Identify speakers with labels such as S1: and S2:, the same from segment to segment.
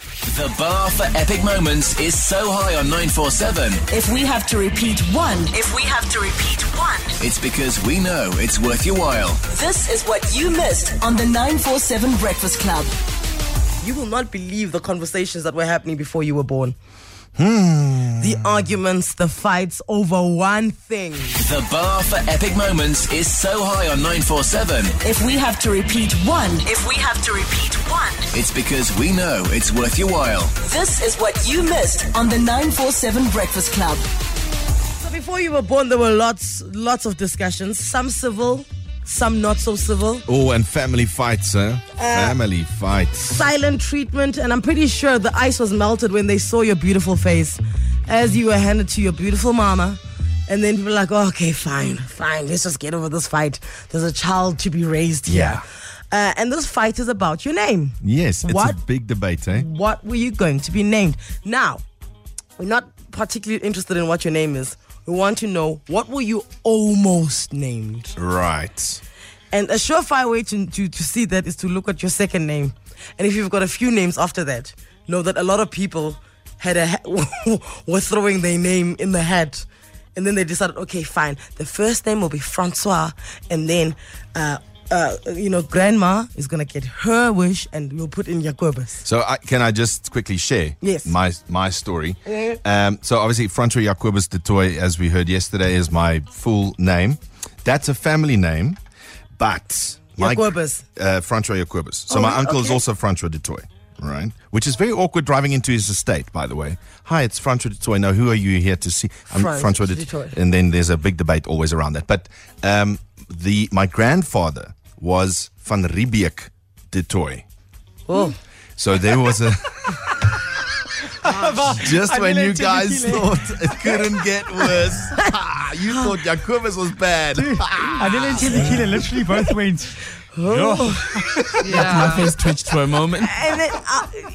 S1: The bar for epic moments is so high on 947,
S2: If we have to repeat one,
S3: If we have to repeat one,
S1: it's because we know it's worth your while.
S2: this is what you missed on the 947 Breakfast Club.
S4: You will not believe the conversations that were happening before you were born.
S5: Hmm.
S4: The arguments, the fights over one thing.
S1: The bar for epic moments is so high on 947,
S2: If we have to repeat one,
S3: if we have to repeat one,
S1: it's because we know it's worth your while.
S2: this is what you missed on the 947 Breakfast Club.
S4: So before you were born, there were lots, lots of discussions. Some civil, some not so civil.
S5: Oh, and family fights, huh?
S4: Uh,
S5: family fights.
S4: Silent treatment, and I'm pretty sure the ice was melted when they saw your beautiful face as you were handed to your beautiful mama. And then people were like, "Oh, okay, fine, fine, let's just get over this fight. There's a child to be raised here.
S5: Yeah.
S4: Uh, and this fight is about your name.
S5: Yes, it's
S4: What?
S5: a big debate, eh?
S4: what were you going to be named? Now, we're not particularly interested in what your name is. We want to know what were you almost named?
S5: Right.
S4: And a surefire way to, to, to see that is to look at your second name. And if you've got a few names after that, know that a lot of people had a ha- were throwing their name in the hat. And then they decided, okay, fine. The first name will be Francois, and then, uh, uh, you know, grandma is gonna get her wish, and we'll put in Jacobus.
S5: So I, can I just quickly share
S4: Yes.
S5: my my story? Um, so obviously, Francois Jacobus de Toy, as we heard yesterday, is my full name. That's a family name, but my,
S4: Jacobus.
S5: uh, Francois Jacobus. So
S4: Oh,
S5: my uncle is
S4: okay.
S5: also Francois de Toy, right? Which is very awkward driving into his estate, by the way. Hi, it's Francois de Toy. Now, who are you here to see? I'm
S4: Francois
S5: Francois de
S4: du Toit.
S5: And then there's a big debate always around that. But um, the my grandfather was Van Riebeek de Toy.
S4: Oh.
S5: So there was a. Just when you guys thought it couldn't get worse, Ah, you thought Jacobus was bad.
S6: Adele and Chilikile literally both went.
S4: Oh.
S6: "Yo."
S7: My face twitched for a moment.
S4: And then,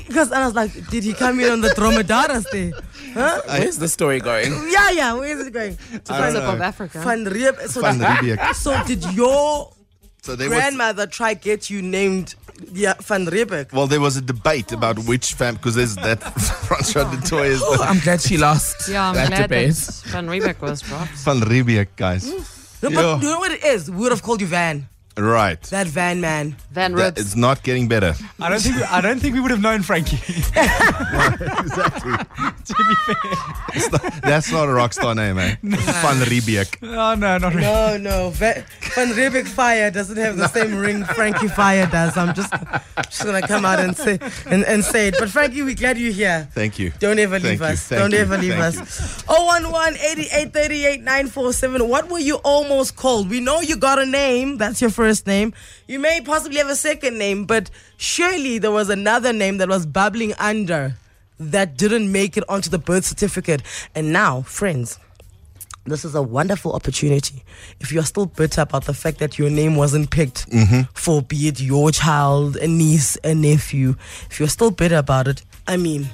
S4: because I was like, did he come in on the dromedaris day?
S7: Where's the story going?
S4: Yeah, yeah, where is it going?
S5: don't know.
S8: of Africa.
S4: Van Riep. So,
S5: Van
S4: that-
S5: Riebeek.
S4: so did your
S5: So there was,
S4: grandmother try get you named yeah, Van Riebeck?
S5: well, there was a debate about which fam because there's that Francois de Toy is the
S7: I'm glad she lost
S8: Yeah, I'm
S7: that
S8: glad
S7: debate.
S8: that Van Riebeck was dropped.
S5: Van Riebeek, guys.
S4: No,
S5: Yeah.
S4: but you know what it is? We would have called you Van.
S5: Right.
S4: That Van man.
S8: Van
S5: That-
S8: Ribs.
S5: it's not getting better.
S6: I don't think I don't think we would have known Frankie.
S5: exactly.
S6: to be fair,
S5: That's not a rock star name, eh? Van Riebeek.
S6: oh no, not really.
S4: No, no. Va- Van Riebeck Fire doesn't have the same ring Frankie Fire does. I'm just, just going to come out and say, and, and say it. But Frankie, we're glad you're here.
S5: Thank you.
S4: Don't ever
S5: Thank
S4: leave
S5: you,
S4: us.
S5: thank
S4: Don't
S5: you,
S4: ever leave
S5: thank
S4: us. 011 8838 947. What were you almost called? We know you got a name. That's your first name. You may possibly have a second name, but surely there was another name that was bubbling under that didn't make it onto the birth certificate. And now, friends, this is a wonderful opportunity. If you're still bitter about the fact that your name wasn't picked for be it your child, a niece, a nephew, if you're still bitter about it, I mean,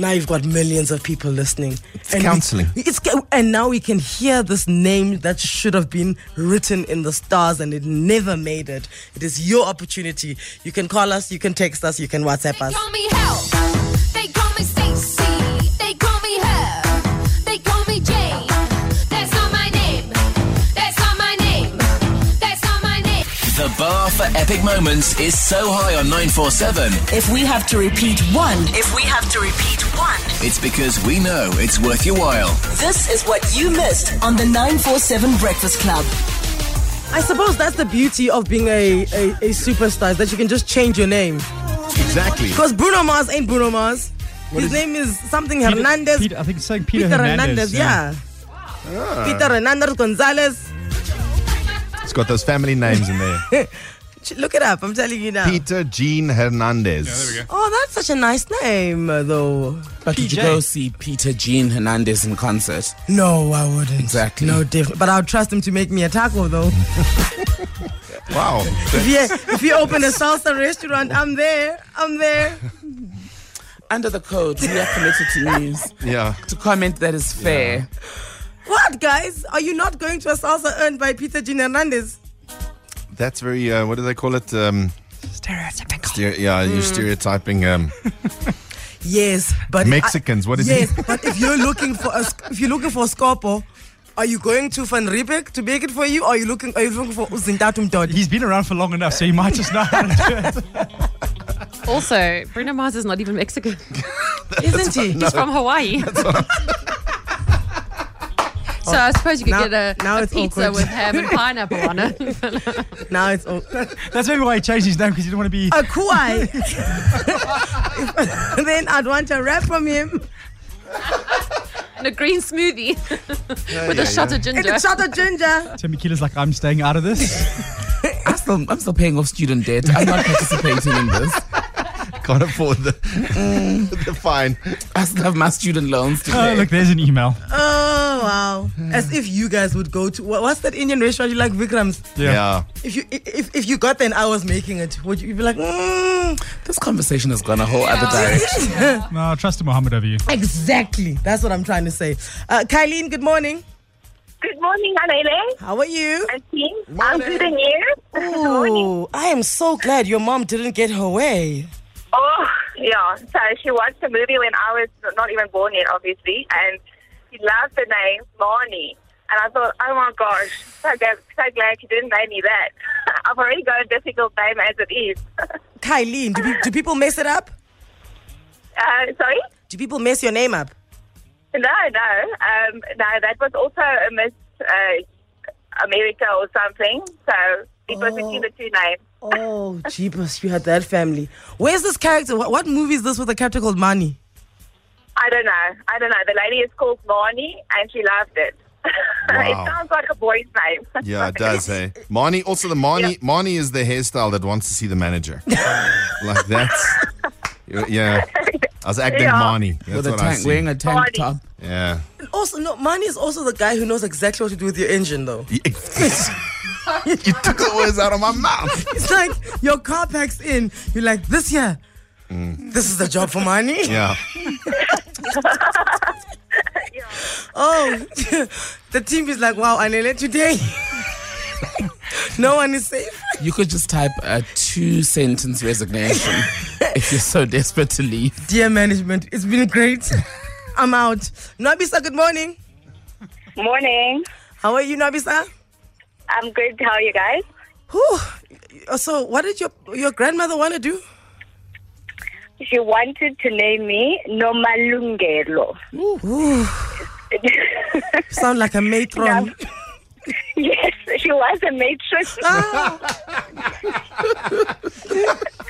S4: now you've got millions of people listening. It's
S5: counseling.
S4: it's ca- and now we can hear this name that should have been written in the stars and it never made it. It is your opportunity. You can call us, you can text us, you can WhatsApp us.
S9: They call me help. They call me Stacy. They call me her. They call me Jane. That's not my name. That's not my name. That's not my name.
S1: The bar for epic moments is so high on 947,
S2: If we have to repeat one,
S3: if we have to repeat one,
S1: it's because we know it's worth your while.
S2: this is what you missed on the 947 Breakfast Club.
S4: I suppose that's the beauty of being a, a, a superstar is that you can just change your name.
S5: Exactly.
S4: Because Bruno Mars ain't Bruno Mars. His name is something Hernandez.
S6: Peter, I think it's saying Peter,
S4: Peter
S6: Hernandez.
S4: Hernandez, yeah. Peter Hernandez Gonzalez.
S5: It's got those family names in there.
S4: Ch- Look it up, I'm telling you now.
S5: Peter Jean Hernandez. there we go.
S4: Oh, that's such a nice name, uh, though.
S7: But did you go see Peter Jean Hernandez in concert?
S4: No, I wouldn't.
S7: Exactly.
S4: No, definitely. But I'll trust him to make me a taco, though.
S5: Wow.
S4: if, he, if he open a salsa restaurant, I'm there. I'm there.
S7: Under the code, we are committed to news.
S5: yeah.
S7: To comment that is fair.
S4: What, guys? Are you not going to a salsa earned by Peter Jean Hernandez?
S5: That's very, uh, what do they call it? Um,
S6: Stereotypical.
S4: Mm.
S5: stereo- yeah, you're stereotyping. Um,
S4: Yes, but
S5: Mexicans, what is
S4: yes,
S5: it?
S4: but if you're looking for a, sc- if you're looking for a scorpo, are you going to Van Riebeek to make it for you? Or are you looking? Are you looking for Uzindatum Dodi?
S6: He's been around for long enough, so he might just know how to do it.
S8: Also, Bruno Mars is not even Mexican.
S4: Isn't he?
S8: He's from Hawaii. So I suppose you could
S4: Now-
S8: get a,
S4: now
S8: a
S4: it's
S8: pizza
S4: awkward.
S8: with ham and pineapple on it.
S4: Now it's all.
S6: That's maybe why he changed his name because he didn't want to be.
S4: a kuai. then I'd want a rap from him
S8: and a green smoothie with a shot of
S4: and
S8: ginger.
S4: a shot of ginger.
S6: Timmy Keeler's like, I'm staying out of this.
S7: I still, I'm still paying off student debt. I'm not participating in this.
S5: Can't afford the,
S4: Mm.
S5: the fine.
S7: I still have my student loans to
S6: oh,
S7: pay.
S6: look, there's an email.
S4: Oh wow! As if you guys would go to wha- what's that Indian restaurant you like, Vikram's?
S5: Yeah.
S4: If you i- if, if you got there and I was making it, would you you'd be like, mm,
S7: This conversation has gone a whole other direction.
S6: No, trust Muhammad over you.
S4: exactly? That's what I'm trying to say. Uh, Kylie, good morning.
S10: Good morning, Alele
S4: How are you?
S10: and team. I'm good and you? Good morning.
S4: Ooh, I am so glad your mom didn't get her way.
S10: Oh, yeah. So she watched the movie when I was not even born yet, obviously, and she loved the name Marnie. And I thought, oh my gosh, so glad, so glad she didn't name me that. I've already got a difficult name as it is.
S4: Kylie, do, pe- do people mess it up?
S10: uh, sorry?
S4: Do people mess your name up?
S10: No, no, um, no. That was also a Miss uh, America or something. So it was between the two names.
S4: Oh, jeepers, you had that family. Where's this character? What, what movie is this with a character called Mani?
S10: I don't know. I don't know. The lady is called Marnie, and she loved it.
S5: Wow.
S10: it sounds like a boy's name.
S5: Yeah, it does, eh? hey. Marnie, also the Marnie, Marnie is the hairstyle that wants to see the manager. like that's, yeah. I was acting
S10: Yeah.
S5: Marnie. That's
S7: With a
S5: what I
S7: tank, wearing
S5: see.
S7: a tank
S10: Marty.
S7: top.
S5: Yeah.
S4: Also, no, Mani is also the guy who knows exactly what to do with your engine, though.
S5: you took the words out of my mouth.
S4: It's like your car packs in, you're like, this year, this is the job for Mani.
S5: Yeah.
S4: Oh, the team is like, wow, Anele, today, no one is safe.
S7: You could just type a two sentence resignation if you're so desperate to leave.
S4: Dear management, it's been great. I'm out. Nabisa, good morning.
S10: Morning.
S4: How are you, Nabisa?
S10: I'm good. How are you guys?
S4: Whew. So, what did your your grandmother want to do?
S10: She wanted to name me Nomalungelo.
S4: Ooh, sound like a matron.
S10: yes, she was a matron.
S4: Ah.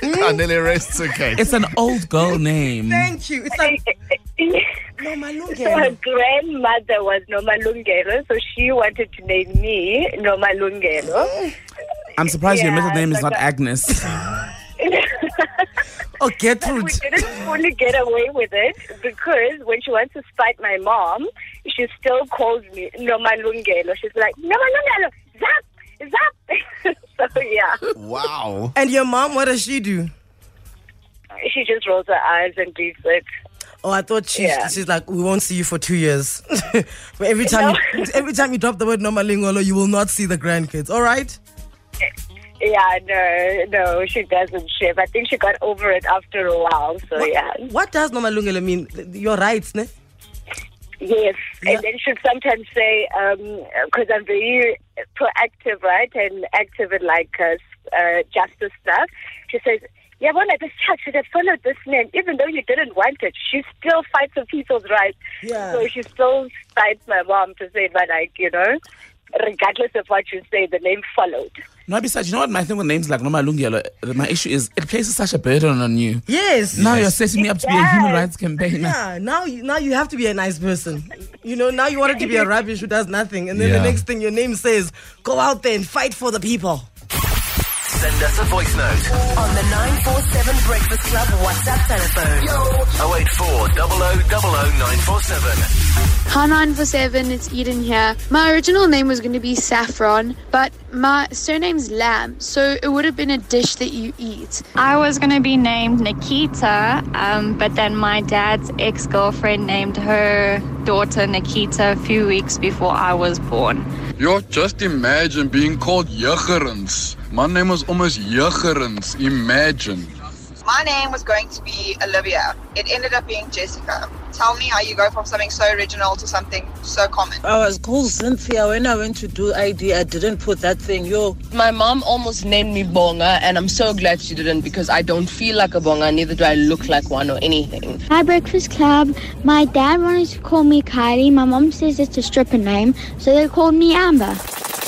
S5: I nearly rest. Okay.
S7: Hmm? It's an old girl name.
S4: Thank you. It's like no
S10: so her
S4: malungelo.
S10: grandmother was Nomalungelo, so she wanted to name me Nomalungelo.
S7: I'm surprised your
S10: Yeah,
S7: middle name is
S10: it's
S7: not
S10: like a-
S7: Agnes.
S4: Oh, Gertrude.
S10: we didn't fully get away with it because when she wants to spite my mom, she still calls me Nomalungelo. She's like, Nomalungelo, zap, zap. so, yeah,
S5: Wow.
S4: And your mom, what does she do?
S10: she just rolls her eyes and leaves it.
S4: Oh, I thought she,
S10: Yeah.
S4: she's like, we won't see you for two years. but every time, you, every time you drop the word nomalingolo, you will not see the grandkids. All right.
S10: Yeah, no, no, she doesn't ship. I think she got over it after a while.
S4: Oh,
S10: So, yeah.
S4: What does nomalungelo mean? Your rights, ne?
S10: Yes,
S4: Yeah.
S10: and then she'd sometimes say, because I'm very proactive, right, and active in like uh, s- uh, justice stuff. She says, "Yeah, well, this child should have followed this man, even though you didn't want it. She still fights for people's rights.
S4: Yeah.
S10: So she still fights my mom to say, but like you know, regardless of what you say, the name followed.
S7: No, besides, you know what my thing with names like Noma Lungielo, my issue is it places such a burden on you.
S4: Yes.
S7: Now you're setting me up to be a human rights campaigner.
S4: Yeah, now you, now you have to be a nice person. You know, now you wanted to be a rubbish who does nothing, and then
S5: Yeah.
S4: the next thing your name says, go out there and fight for the people.
S1: Send us a voice note.
S2: On the 947 Breakfast Club WhatsApp telephone.
S1: 084 947.
S9: Hi 947, it's Eden here. My original name was going to be Saffron, but my surname's Lamb, so it would have been a dish that you eat.
S11: I was going to be named Nikita, um, but then my dad's ex girlfriend named her daughter Nikita a few weeks before I was born.
S12: Yo, just imagine being called Juggerens. My name was almost Juggerens. Imagine.
S13: My name was going to be Olivia. It ended up being Jessica. Tell me how you go from something so original to something so common.
S14: I was called Cynthia when I went to do ID. I didn't put that thing. Yo,
S15: My mom almost named me Bonga, and I'm so glad she didn't because I don't feel like a Bonga, neither do I look like one or anything.
S16: Hi, Breakfast Club. My dad wanted to call me Kylie. My mom says it's a stripper name, so they called me Amber.